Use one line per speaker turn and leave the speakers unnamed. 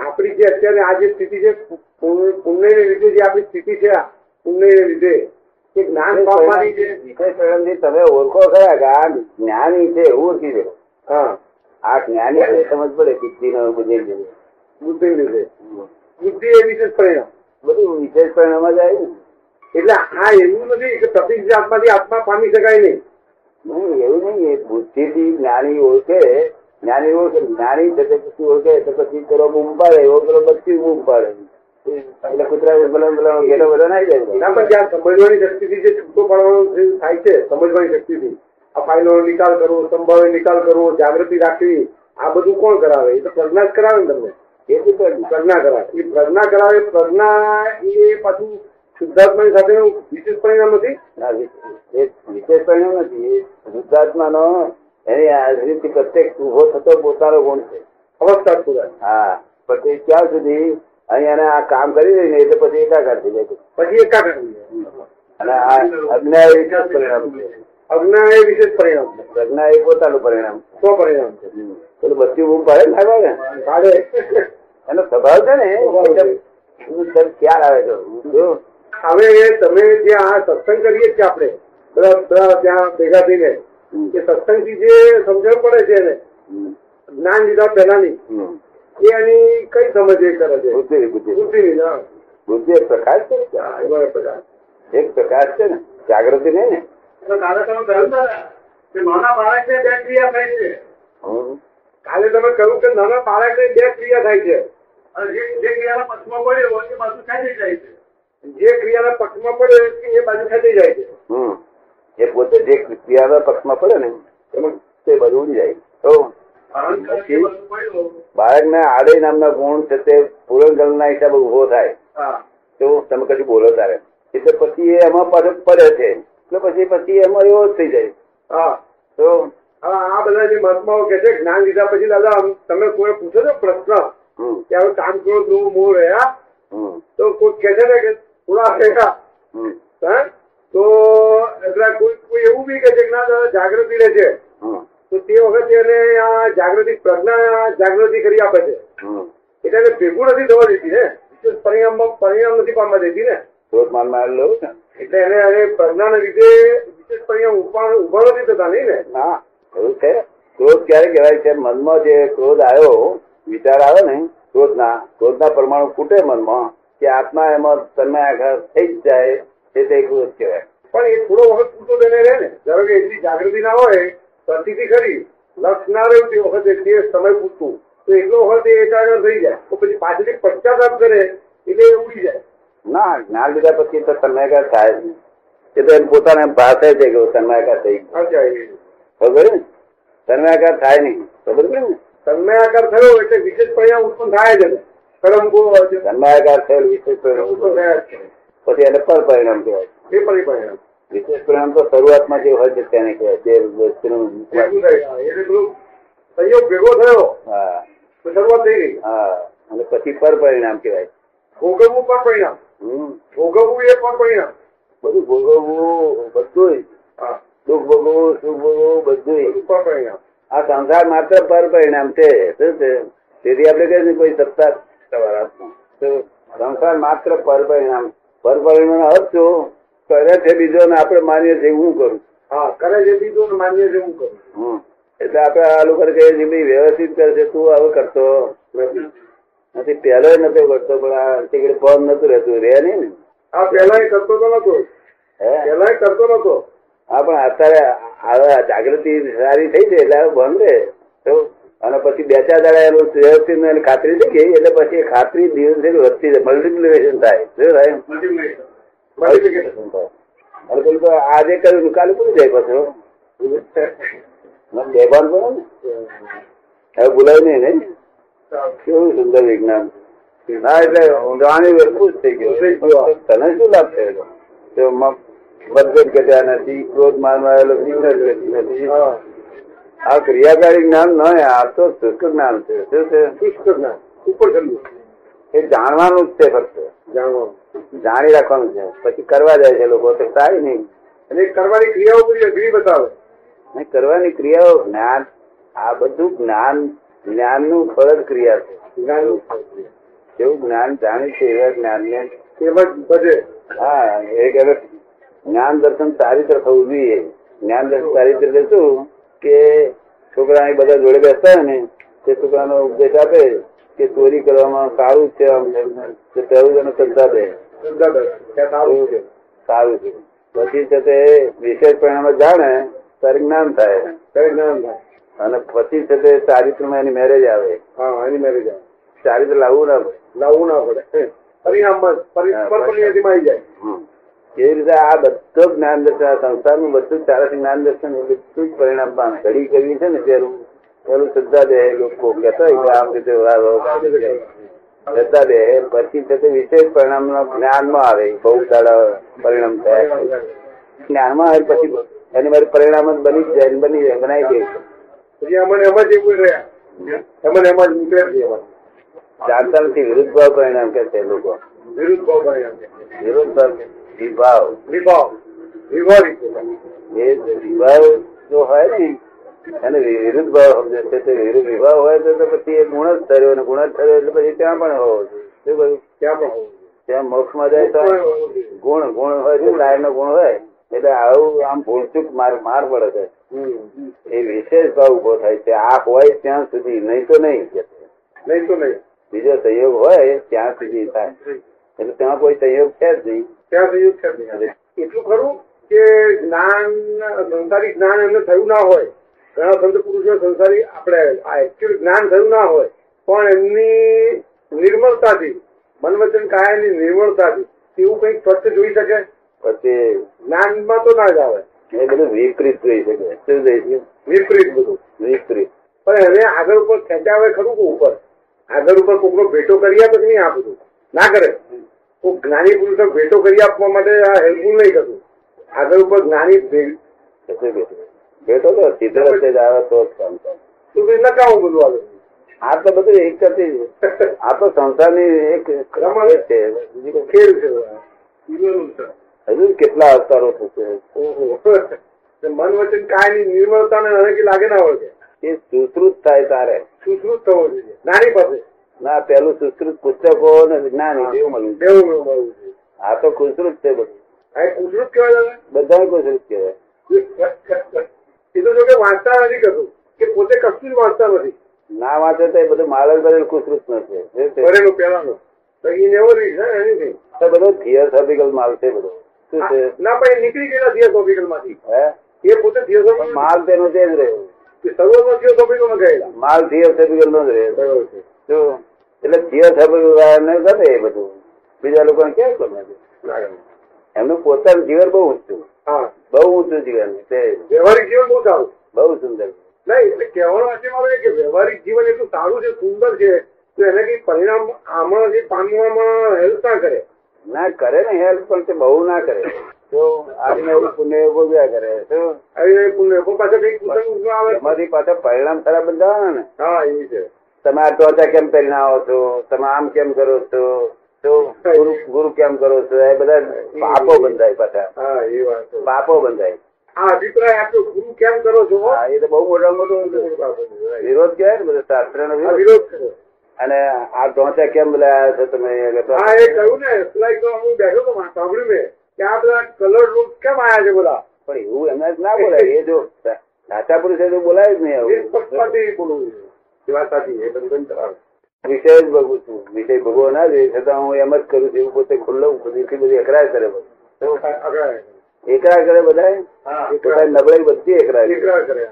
આપણી જે અત્યારે આ જે સ્થિતિ છે પુણ્ય- પુણ્યને લીધે જે આપણી સ્થિતિ છે આ પુણ્યને લીધે કે જ્ઞાન પામવાની જે
વિજય સોલંકી, તમે ઓળખો ખરા કે આ જ્ઞાની છે એવું ઓળખી શકો.
હા
આ જ્ઞાની છે એ સમજ પડે પિતૃનો બુદ્ધિ જેવો.
બુદ્ધિને લીધે બુદ્ધિ એ વિશેષ પરિણામ
બધું વિશેષ પરિણામ જ આવ્યું
એટલે આ એવું નથી કે પ્રતિજ્ઞા આપવાથી આત્મા પામી શકાય નહીં
ને. નહીં, એવું નહીં એ બુદ્ધિથી જ્ઞાની ઓળખે જ્ઞાની ઓળખે જ્ઞાની છે તે પછી ઓળખે તો પછી પેલો બૂમ પાડે એવો પેલો બચ્ચી બૂમ પાડે એટલે કૂતરા પેલો પેલો ઘેલો બધો નાઈ જાય
એના પર જ્યાં સમજવાની શક્તિથી જે છૂટો પાડવાનો જે થાય છે સમજવાની શક્તિથી આ ફાઇલોનો નિકાલ કરવો સંભાવે નિકાલ કરવો જાગૃતિ રાખવી આ બધું કોણ કરાવે એ તો પ્રજ્ઞા જ કરાવે ને તમને
એ તો પ્રજ્ઞા.
પ્રજ્ઞા કરાવે એ પ્રજ્ઞા કરાવે પ્રજ્ઞા એ પાછું શુદ્ધાત્માની સાથેનું વિશેષ પરિણામ નથી
ના, વિ- એ વિશેષ પરિણામ નથી એ શુદ્ધાત્માનો એની હાજરીથી પ્રત્યેક ઉભો થતો પોતાનો ગુણ છે
અવસ્થા જ પુરા
હા પણ તે ક્યાં સુધી અહીંયા આ કામ કરી રહી ને એટલે પછી એકાકાર થઈ જાય છે.
પછી એકાગ્ર થઈ જાય.
અને આ અજ્ઞા એ વિશેષ પરિણામ છે
અજ્ઞા એ વિશેષ પરિણામ છે
પ્રજ્ઞા એ પોતાનું પરિણામ છે
સ્વ પરિણામ છે
પેલું બસ્તી બૂમ પાડે ને આગળ ને
કાલે
એનો સ્વભાવ છે ને
સ્વભાવ છે.
હું તને ખ્યાલ આવે છે હું જો
હવે એ તમે જે આ સત્સંગ કરીએ છીએ આપણે બધા બધા ત્યાં ભેગા થઈને
હમ.
એ સત્સંગથી જે સમજણ પડે છે એને
હમ.
જ્ઞાન લીધા પહેલાની
હમ.
એ એની કઈ સમજ એ કરે છે
બુદ્ધિ બુદ્ધિ
બુદ્ધિ લીધા
બુદ્ધિ એક પ્રકાશ છે ને
હા, એ બરાબર છે.
એક પ્રકાશ છે ને જાગૃતિ નહીં ને હમ.
કાલે તમે કહ્યું કે નાના બાળકને બે ક્રિયા થાય છે જે ક્રિયાના પક્ષમાં પડે એ બાજુ ખેંચી જાય છે
હમ એ પોતે જે ક્રિયાના પક્ષમાં પડે ને એમાં તે બધું ઉડી જાય તો બાળકના આડે નામના ગુણ છે તે પૂરણ ગલના હિસાબે ઉભો થાય
હા
તો તમે કશું બોલો તારે એટલે પછી એ એમાં પાછો પડે છે એટલે પછી પછી એમાં એવો જ થઈ જાય
હા
તો
હવે આ બધા જે મહાત્માઓ કે છે જ્ઞાન લીધા પછી દાદા આમ તમે કોઈ પૂછો છો પ્રશ્ન
હમ
કે હવે કામ કરો તો મોં રહ્યા
હમ
તો કોઈ કહે છે ને કે થોડા રહ્યા
હમ
હા? તો એટલે કોઈ કોઈ એવું બી કહે છે કે ના દાદા જાગૃતિ રહે છે
હમ
તો તે વખતે એને આ જાગૃતિ પ્રજ્ઞા જાગૃતિ કરી આપે છે
હમ
એટલે એને ભેગું નથી થવા દેતી ને વિશેષ પરિણામમાં પરિણામ નથી પામવા દેતી ને
ધોધમાન માં લેવું ને
એટલે એને એને પ્રજ્ઞાના લીધે વિશેષ પરિણામ ઉભા ઉભા નથી થતા નહીં ને
ના એવું છે ક્રોધ ક્યારે કહેવાય છે મનમાં જે ક્રોધ આવ્યો વિચાર આવે ને ક્રોધના ક્રોધના પરમાણુ ફૂટે મનમાં કે આત્મા એમાં તન્મય આઘાત થઈ જ જાય એ તે ક્રોધ કહેવાય
પણ એ થોડો વખત પૂરતો તેને રહે ને ધારો કે એટલી જાગૃતિ ના હોય પ્રતિથી ખરી લક્ષ ના રહ્યું તે વખતે તે સમય પૂરતું તો એટલો વખત એ એકાગ્ર થઈ જાય તો પછી પાછળથી પશ્ચાતાપ કરે એટલે એ ઉડી જાય
ના જ્ઞાન લીધા પછી તો તન્મયાકાર થાય જ નહીં એ તો એમ પોતાને એમ ભાષે છે કે હું તન્મયાકાર થઈ ગયો
અચ્છા એ
ખબર ને તન્મયાકાર થાય નહીં ખબર પડી ને
તન્મયાકાર થયો એટલે વિશેષ પરિણામ ઉત્પન્ન થાય જ ને કળંકો જે
તન્મયાકાર થયેલ વિશેષ પરિણામ
ઉત્પન્ન થયા જ
પછી એને પર પરિણામ કહેવાય
છે એ પરિણામ
વિશેષ પરિણામ તો શરૂઆતમાં જે હોય છે તેને કહેવાય જે વસ્તુનું
ભેગું થાય. એટલે પેલું સંયોગ ભેગો થયો
હા
તો શરૂઆત થઈ ગઈ
હા અને પછી પર પરિણામ કહેવાય
ભોગવવું પણ પરિણામ
હમ.
ભોગવવું એ પણ પરિણામ
બધું ભોગવવું બધું
હા
દુઃખ ભોગવવું સુખ ભોગવવું
બધું
બધુંય.
પણ પરિણામ
આ સંસાર માત્ર પર પરિણામ છે શું છે તેથી આપણે કહીએ છીએ કોઈ સત્તા સવાર આપવું. તો સંસાર માત્ર પર પરિણામ પર પરિણામ હતો કરે છે બીજો ને આપણે માનીએ છીએ હું કરું
હા કરે જે બીજું ને માન્ય છે હું કરું
હમ. એટલે આપણે આ લોકો કહીએ છીએ "ભઈ વ્યવસ્થિત કરે છે તું હવે કરતો નથી." નથી પહેલો નતો કરતો પણ આ ટિકિટ ફોર્મ નતું રહેતું રે નહીં ને
આ પહેલા કરતો તો નતો
હે
પહેલા કરતો નતો
હા પણ અત્યારે આ જાગૃતિ સારી થઈ છે એટલે હવે બંધ રહે તો અને પછી બે ચાર દાડા એનું વ્યવસ્થિત એની ખાતરી થઈ ગઈ એટલે પછી એ ખાતરી દિવસે દિવસે વધતી જાય મલ્ટીપ્લિકેશન થાય શું થાય મલ્ટીપ્લિકેશન થાય અને પેલું તો આજે કર્યું ને કાલે પૂરી જાય પાછું અને બેભાન બનો ને હવે બોલાય નહીં ને કેવું સુંદર વિજ્ઞાન ના એટલે ઊંધાણી વસ્તુ જ થઈ ગયું તને શું લાભ થયેલો તો મ- મતભેદ કર્યા નથી ક્રોધ માનવા આવેલો ઇગ્નોર કરતી નથી
હા.
આ ક્રિયાકારી જ્ઞાન ન હોય, આ તો શુષ્ક જ્ઞાન છે શું છે
શુષ્ક જ્ઞાન. ઉપર ચડવું.
એ જાણવાનું જ છે ફક્ત
જાણવાનું.
જાણી રાખવાનું છે પછી કરવા જાય છે લોકો તો થાય નહીં
અને એ કરવાની ક્રિયાઓ બધી અઘરી બતાવે
અને કરવાની ક્રિયાઓ જ્ઞાન આ બધું જ્ઞાન જ્ઞાનનું ફળ જ ક્રિયા છે
જ્ઞાનનું
જેવું જ્ઞાન જાણે છે એવા જ્ઞાનને
તેમજ બધે
હા એ કહે છે, જ્ઞાન દર્શન ચારિત્ર થવું જોઈએ જ્ઞાન દર્શન ચારિત્ર એટલે શું કે છોકરા અહીં બધા જોડે બેસતા હોય ને તે છોકરાનો ઉપદેશ આપે કે ચોરી કરવામાં સારું છે આમ તેમ. તો તેવું એનો સંતાપ રહે.
શ્રદ્ધા દર્શન. ત્યાં સારું છે
સારું છે પછી છે તે વિશેષ પરિણામ જાણે ત્યારે જ્ઞાન થાય
ત્યારે જ્ઞાન થાય
અને પછી છે તે ચારિત્રમાં એની મેરેજ આવે
હા એની મેરેજ આવે
ચારિત્ર લાવવું ના પડે
લાવવું ના પડે પરિણામમાં જ પરિ-
હા,
પરપરિણીતિમાં આવી જાય
હમ. એવી રીતે આ બધું જ જ્ઞાન દર્શન આ સંસારનું બધું જ ચારે જ્ઞાન દર્શન એ બધું જ પરિણામ પામે ઘડી કરવી છે ને તેનું પેલું શ્રદ્ધા દે લોકો કહેતા હોય કે આમ રીતે વારો શ્રદ્ધા દે પછી છે તે વિશેષ પરિણામ જ્ઞાનમાં આવે બહુ સારા પરિણામ થયા છે. જ્ઞાનમાં આવે પછી એની મારી પરિણામ જ બની જ જાય ને બની જાય બનાવી દે છે.
પછી અમને એમ જ એવું રહ્યા અમને એમ જ નીકળે જ નહીં એમાંથી.
જાણતા નથી વિરુદ્ધ ભાવ પરિણામ કે છે લોકો
વિરુદ્ધ ભાવ પરિણામ છે.
વિરુદ્ધ ભાવ વિભાવ
વિભાવ વિભાવ રીતે
એ વિભાવ જો હોય ને અને વિરુદ્ધ ભાવ સમજે છે તે વિરુદ્ધ વિભાવ હોય તો તો પછી એ ગુણ જ ઠર્યો અને ગુણ જ ઠર્યો એટલે પછી ત્યાં પણ હોવો જોઈએ. શું કહ્યું
ત્યાં પણ હોવું
ત્યાં મોક્ષમાં જાય તો
જોઈએ. હોવું જોઈએ.
ગુણ ગુણ હોય તો સાહેબનો ગુણ હોય એટલે આવું આમ ભૂલચૂક માર માર પડે છે
હમ.
એ વિશેષ ભાવ ઉભો થાય છે આ હોય ત્યાં સુધી નહીં તો નહીં કે છે.
નહીં તો નહીં
બીજો સહયોગ હોય ત્યાં સુધી થાય એટલે ત્યાં કોઈ સહયોગ છે જ નહીં
ત્યાં સુધી જ છે જ નહીં. એટલું ખરું કે જ્ઞાન સંસારી જ્ઞાન એમને થયું ના હોય ઘણા સંત પુરુષો સંસારી આપણે આ એકચ્યુઅલ જ્ઞાન થયું ના હોય પણ એમની નિર્મળતાથી મન વચન કાયાની નિર્મળતાથી એવું કંઈક સ્વચ્છ જોઈ શકે
પછી
જ્ઞાનમાં તો ના જ આવે
એ બધું વિપરીત થઈ શકે શું થઈ શકે
વિપરીત બધું
વિપરીત
પણ હવે આગળ ઉપર ખેંચાવે ખરું કે ઉપર આગળ ઉપર કોકનો ભેટો કરી આપે કે નહીં આ બધું ના કરે કોક જ્ઞાની પુરુષો ભેટો કરી આપવા માટે આ હેલ્પફુલ નહીં કરતું આગળ ઉપર જ્ઞાની ભે-
કશું બેઠું. બેઠો તો સીધો રસ્તે જ આવે તો જ કામ થાય.
તો પછી નકામું બધું આવે
આ તો બધું એક કરતી જ. આ તો સંસારની એક
રમણ.
એક છે બીજી કોઈ-
ખેલ છે આ. ઈશ્વરનું છે.
હજુ કેટલા અવતારો થશે
ઓહો. એટલે મન વચન કાયની નિર્મળતા ને અનકી લાગે ના વળગે
એ સુશ્રુત થાય તારે
સુશ્રુત થવો જોઈએ નાની પાસે
ના પેલું સુશ્રુત પુસ્તકો ને જ્ઞાન
Ah.
એ બેઉ મળ્યું છે.
દેવું મેળવું મળવું જોઈએ
આ તો કુશ્રુત છે બધું
આ કુદરત કહેવાય દાદા?
બધા કુશ્રુત કહેવાય
એ તો જો કે વાંચતા નથી કશું કે પોતે કશું જ વાંચતા નથી
ના વાંચે તો એ બધું માલલ ભરેલ કુશ્રુત નથી શું છે?
ભરેલો પહેલાનો તો એ નેવો રીઝન એનીથિંગ
તો બધો theosophical માલ છે બધો શું છે
ના પણ એ નીકળી ગયેલા theosophical માંથી.
હે
એ પોતે theosophical
પણ માલ તેનો તે જ રહ્યો
એ શરૂઆતમાં theosophical માં ગયેલા
માલ theosophical નો જ રહ્યો
બરાબર છે
જો એટલે થિયોથેરાપી ને ગમે એ બધું બીજા લોકોને ક્યાં ગમે છે?
બરાબર.
એમનું પોતાનું જીવન બહુ ઊંચું
હા
બહુ ઊંચું જીવન છે
વ્યવહારિક જીવન બહુ સારું
બહુ સુંદર
નહીં એટલે કહેવાનો આજે મારો એ કે વ્યવહારિક જીવન એટલું સારું છે સુંદર છે તો એને કઈ પરિણામ આમાં જે પામવામાં હેલ્પ ના કરે
ના કરે ને હેલ્પ પણ તે બહુ ના કરે જો આને એવું પુણ્ય એવું ભોગવ્યા કરે તો
આવી પુણ્ય પણ પાછળ કઈ કુસંગ ના આવે
એમાંથી પાછા પરિણામ ખરાબ બંધાવાના ને
હા એવી છે
તમે આ ટોચા કેમ પહેરીને આવો છો તમે આમ કેમ કરો છો તો ગુરુ ગુરુ કેમ કરો છો એ બધા પાપો બંધાય પાછા
હા એ વાત છે.
પાપો બંધાય
આ અભિપ્રાય આપ્યો ગુરુ કેમ કરો છો
હા એ તો બહુ મોટા મોટો વિરોધ કહેવાય ને બધા શાસ્ત્રનો
આ
વિરોધ
વિરોધ કર્યો
અને આ ઢોંચા કેમ બોલાયા છો તમે
હા એ કહ્યું ને લાઈક હું બેઠો તો વાંચવા, સાંભળ્યું મેં કે આ બધા કલર રૂપ કેમ આયા છે બધા
પણ એવું એમને જ ના બોલાય એ જો સાચા પુરુષે તો બોલાય જ નહીં
એ
આવું
સ્પષ્ટતાથી બોલવું જોઈએ. એ વાત સાચી એ બંધન ધરાવે.
વિષય જ ભોગવું છું વિષય ભોગવો ના જોઈએ છતાં હું એમ જ કરું છું એવું પોતે ખુલ્લો બધી બધી એકરાય કરે બધું.
અઘરાય.
એકરા કરે બધા
હા,
પોતાની નબળાઈ બધી એકરા
એકરા કરે.